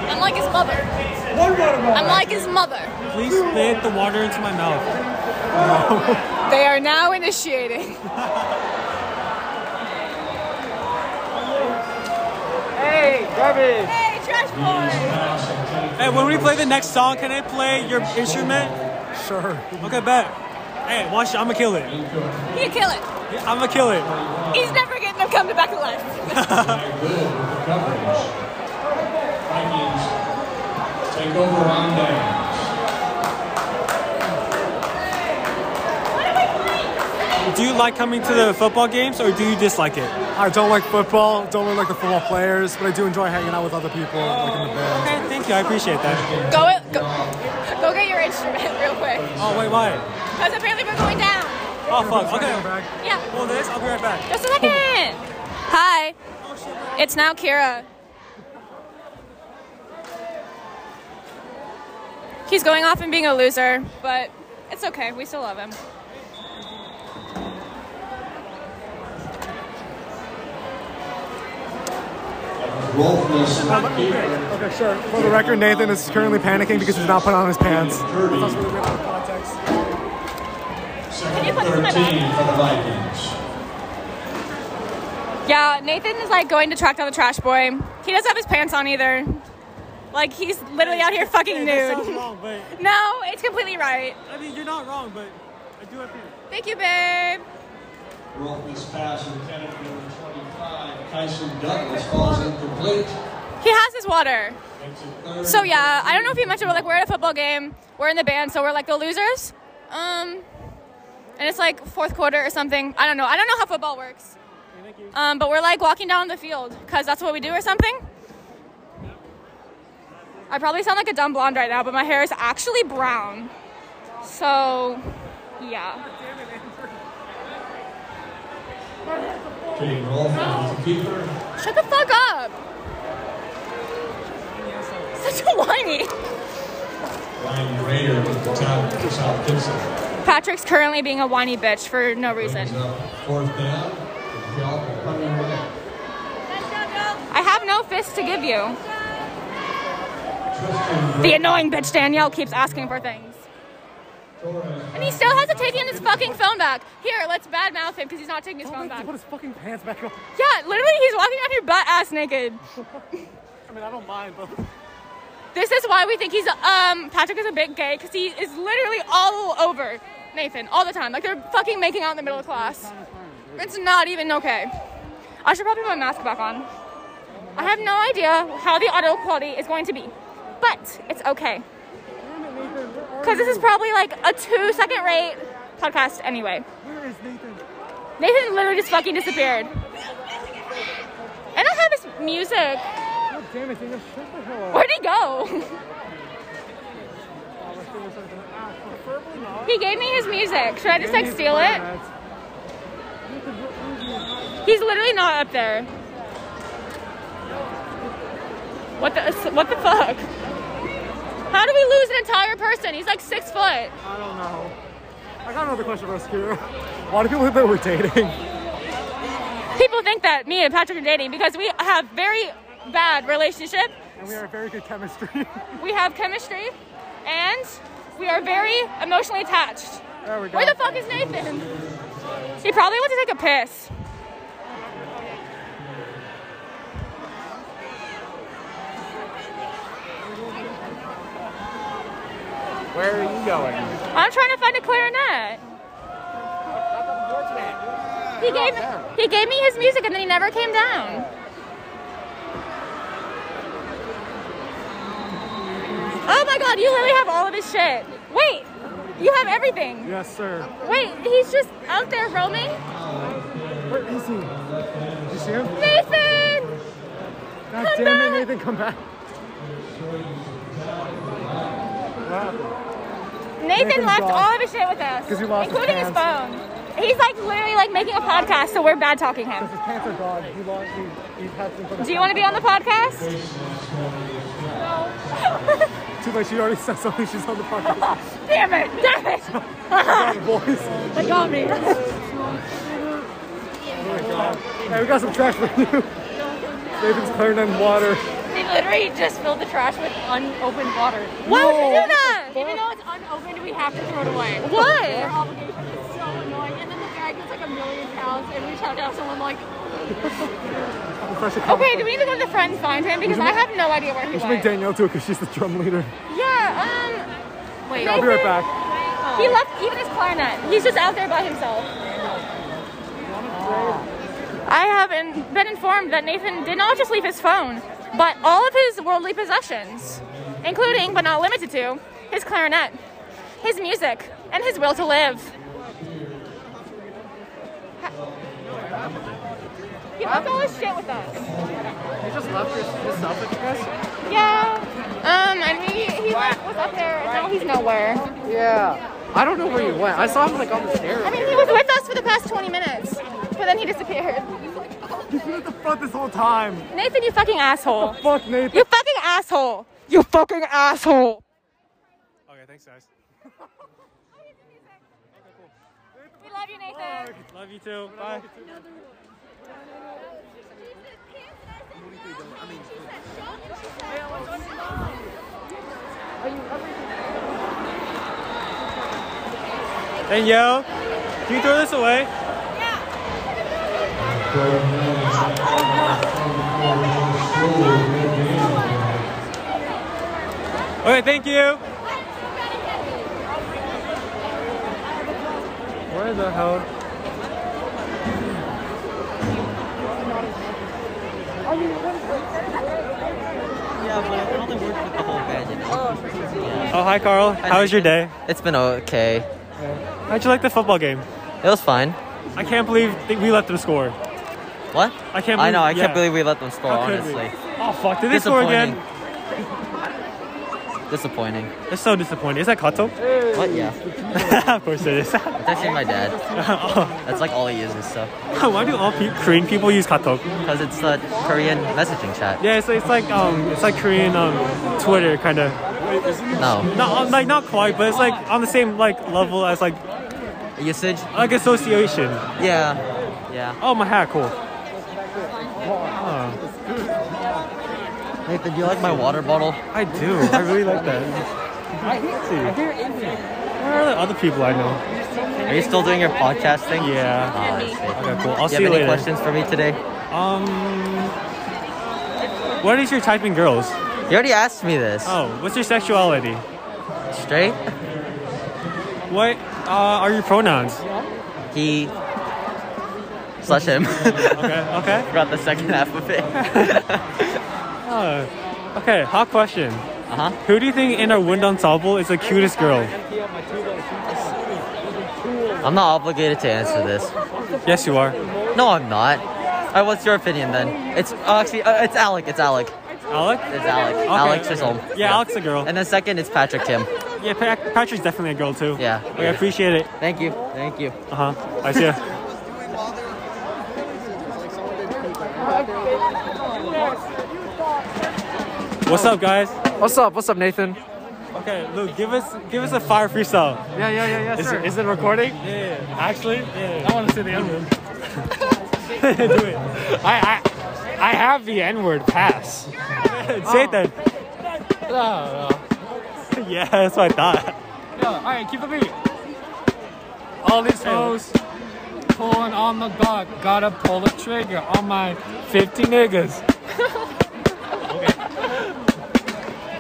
I'm like his mother. I'm like his mother.
Please spit the water into my mouth.
They are now initiating.
Hey, garbage.
Hey, trash boy.
Hey, when we play the next song, can I play your instrument?
Sure.
Okay, bet. Hey, watch, I'ma kill it.
You kill it.
I'ma kill it.
He's never getting to come to back to life.
Take over on down.
Do you like coming to the football games or do you dislike it?
I don't like football. Don't really like the football players, but I do enjoy hanging out with other people, like in the band.
Okay, thank you. I appreciate that.
Go it. Go, go get your instrument real quick.
Oh, wait, why?
Because apparently we're going down.
Oh, fuck. Okay.
Yeah.
Hold this. I'll be right back.
Just a second. Hi. It's now Kira. He's going off and being a loser, but it's okay. We still love him.
Okay, sure. For the record, Nathan is currently panicking because he's not putting on his pants.
Can you put this in my
13
bag?
for the Vikings.
Yeah, Nathan is like going to track down the trash boy. He doesn't have his pants on either. Like he's literally out here fucking nude.
wrong, but
No, it's completely right.
I mean, you're not wrong, but I do have
Thank you, babe.
Roll this pass in Kennedy, number 25. Kyson Douglas falls incomplete.
He has his water.
Makes it third.
So yeah, I don't know if you mentioned, but like we're at a football game, we're in the band, so we're like the losers. Um, and it's like fourth quarter or something. I don't know. I don't know how football works. Um, but we're like walking down the field because that's what we do or something. I probably sound like a dumb blonde right now, but my hair is actually brown. So, yeah.
Kaden Rolfe is the keeper.
Shut the fuck up! Such a whiny.
Ryan Raider with the top for South Kinston.
Patrick's currently being a whiny bitch for no reason.
Fourth down. and Gallup running back.
I have no fist to give you. The annoying bitch Danielle keeps asking for things. And he still hasn't taken his fucking phone back. Here, let's badmouth him because he's not taking
Oh
his phone back.
Put his fucking pants back on.
Yeah, literally, he's walking around here butt ass naked.
I mean, I don't mind, but
This is why we think he's um Patrick is a big gay because he is literally all over Nathan all the time. Like they're fucking making out in the middle of class. It's not even okay. I should probably put my mask back on. I have no idea how the audio quality is going to be, but it's okay. Because this is probably like a two second rate podcast anyway.
where is Nathan?
Nathan literally just fucking disappeared. I don't have his music.
God damn it, Daniel, shut the hell up.
Where'd he go? He gave me his music. Should I just like steal it? He's literally not up there. What the what the fuck? How do we lose an entire person? He's like six foot.
I don't know. I got another question for us, Kira. Why do people think that we're dating?
People think that me and Patrick are dating because we have very bad relationship.
And we are very good chemistry.
We have chemistry, and we are very emotionally attached.
There we go.
Where the fuck is Nathan? He probably went to take a piss.
Where are you going?
I'm trying to find a clarinet. He gave he gave me his music and then he never came down. Oh my god, you literally have all of his shit. Wait, you have everything.
Yes, sir.
Wait, he's just out there roaming.
Where is he? Did you see him?
Nathan!
God
Come
damn
back!
it, Nathan, come back.
Nathan
Nathan's
left
gone.
all of his shit with us,
'Cause he lost his
including his, phone. He's like literally like making a podcast, so we're bad talking him.
His pants are gone. He lost. He, he had some.
Do you want to be on the podcast?
Too late. She already said something. She's on the podcast.
Damn it! Damn it!
Boys. Oh
They got me.
Hey, we got some trash for you. Nathan's clarinet and water.
They literally just filled the trash with unopened water.
Why would you do that?
Even though it's unopened, we have to throw it away.
Why?
Our obligation is so annoying. And then the guy gets like a million pounds, and we shout out someone like,
Okay, do we need to go to the front and find him? Because I have no idea where he
We should make
went.
Danielle do it because she's the drum leader.
Yeah, um. Wait,
I'll be right back.
He left even his clarinet. He's just out there by himself. I have in, been informed that Nathan did not just leave his phone, but all of his worldly possessions, including but not limited to his clarinet, his music, and his will to live. He left all his shit with us.
You just left your- yourself at Chris?
Yeah. Um, and he, he like, was up there, and now he's nowhere.
Yeah. I don't know where you went. I saw him like on the stairs.
I mean, he was with us for the past 20 minutes, but then he disappeared.
You've been at the front this whole time.
Nathan, you fucking asshole.
Fuck Nathan.
You fucking asshole. You fucking asshole.
Okay, thanks guys.
We love you, Nathan.
Love you too. Bye. And yo, can you throw this away? Okay, thank you. Where the hell? Oh, hi, Carl. How was your day?
It's been okay.
How'd you like the football game?
It was fine.
I can't believe that we let them score.
What?
I can't. Believe,
I know. I can't
yeah.
believe we let them score.
How could we?
honestly.
Oh fuck! Did they score again?
Disappointing.
Disappointing.
It's so disappointing. Is that Kato?
What? Yeah.
of course it is.
It's actually my dad. That's like all he uses, so.
Why do all pe- Korean people use Kato?
Because it's the Korean messaging chat.
Yeah, it's, it's like um, it's like Korean um, Twitter kind of.
No.
Not like not quite, but it's like on the same like level as like
usage.
Like association.
Yeah. Yeah.
Oh my hat, cool.
Nathan, do you like my water bottle?
I do. I really like that. I hate to. Where are the other people I know?
Are you still doing your podcast thing?
Yeah.
Oh, I see.
Okay, cool. I'll
do
see
you
you
have any
later.
questions for me today?
Um. What is your type in girls?
You already asked me this.
Oh, what's your sexuality?
Straight?
What uh, are your pronouns?
He. Slash him.
okay, okay.
Forgot the second half of it.
Oh, okay, hot question.
Uh-huh.
Uh huh. Who do you think in our wind ensemble is the cutest girl?
I'm not obligated to answer this.
Yes, you are.
No, I'm not. All right, what's your opinion then? It's uh, actually uh, it's Alec. It's Alec.
Alec?
It's Alec.
Okay.
Alex is home.
Yeah, Alec's a girl.
And then second, it's Patrick Kim.
Yeah, Pa- Patrick's definitely a girl too.
Yeah.
Okay, I appreciate it.
Thank you. Thank you.
Uh huh. I see ya. What's up, guys?
What's up? What's up, Nathan?
Okay, Luke, give us give us a fire freestyle.
Yeah, yeah, yeah, yeah,
Is,
sure.
is it recording? Yeah. Actually,
I want to say the N word.
Do it.
I, I, I have the N word pass.
Say it then.
Oh.
No, no.
yeah, that's what I thought.
Yo, alright, keep the beat. All these hoes pulling on the buck. Gotta pull the trigger on my 50 niggas.
Oh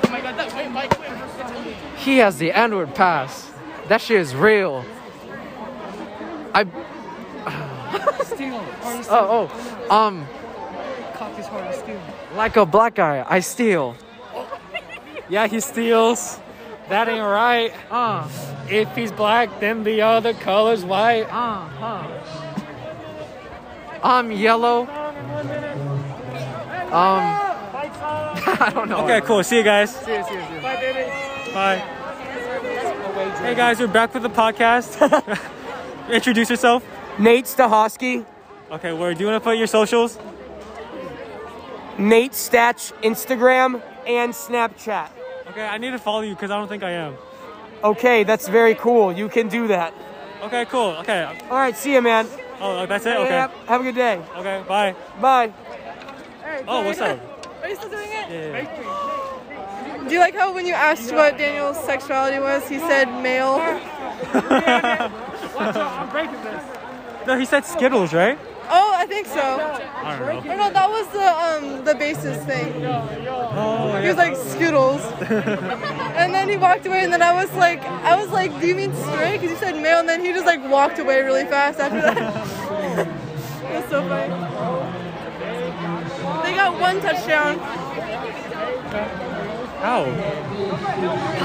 my god, that wait, Mike, wait, wait.
He has the N-word pass. That shit is real. I.
Steal.
Oh, oh. Um,
Cock is hard to steal.
like a black guy, I steal.
Yeah, he steals. That ain't right. Uh. If he's black, then the other color's white. Uh, huh.
I'm yellow. Um. I don't know.
Okay, cool. See you guys.
See you, see you, see you.
Bye, baby.
Bye. Hey guys, we're back with the podcast. Introduce yourself.
Nate Stahoski.
Okay, where do you want to put your socials?
Nate Statch, Instagram and Snapchat.
Okay, I need to follow you because I don't think I am.
Okay, that's very cool. You can do that.
Okay, cool. Okay.
All right, see you, man.
Oh, that's it. Okay.
Yep, Have a good day.
Okay, bye.
Bye.
Oh, what's up?
Are you still doing it?
Yeah.
Do you like how when you asked what Daniel's sexuality was, he said male?
I'm breaking this. No, he said Skittles, right?
Oh, I think so.
I
Or
don't know.
no, that was the um the basis thing.
Oh,
He was like Skittles, and then he walked away, and then I was like, I was like, do you mean straight? Because you said male, and then he just like walked away really fast after that. That's so funny. They got one touchdown.
How? How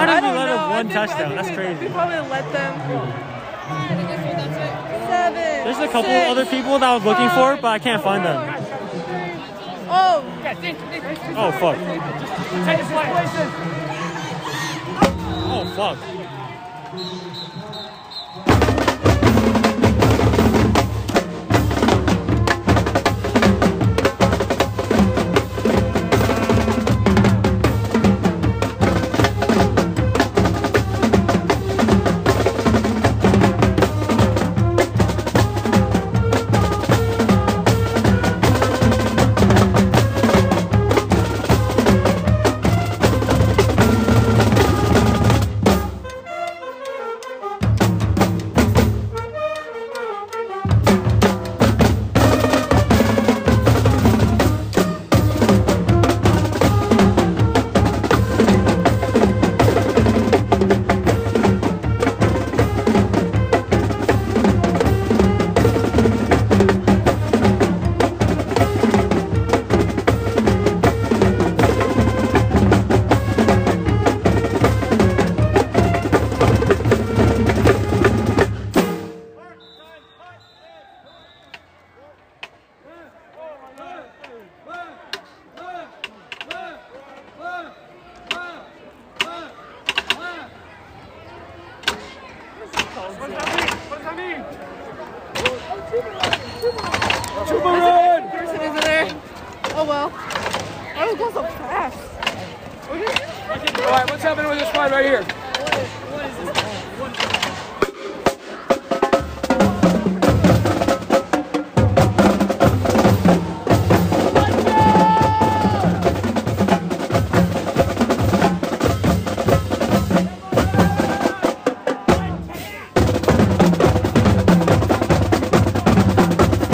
I
did you let
don't know.
up
I
one
think- I
touchdown?
think
That's
we-
crazy.
We probably let them. Seven.
There's a couple
six,
other people that I was looking for, but I can't find them.
Oh.
Oh fuck. Oh fuck.
Chubaran! Person over there. Oh well. I don't go so fast.
All right, what's happening with this one right here?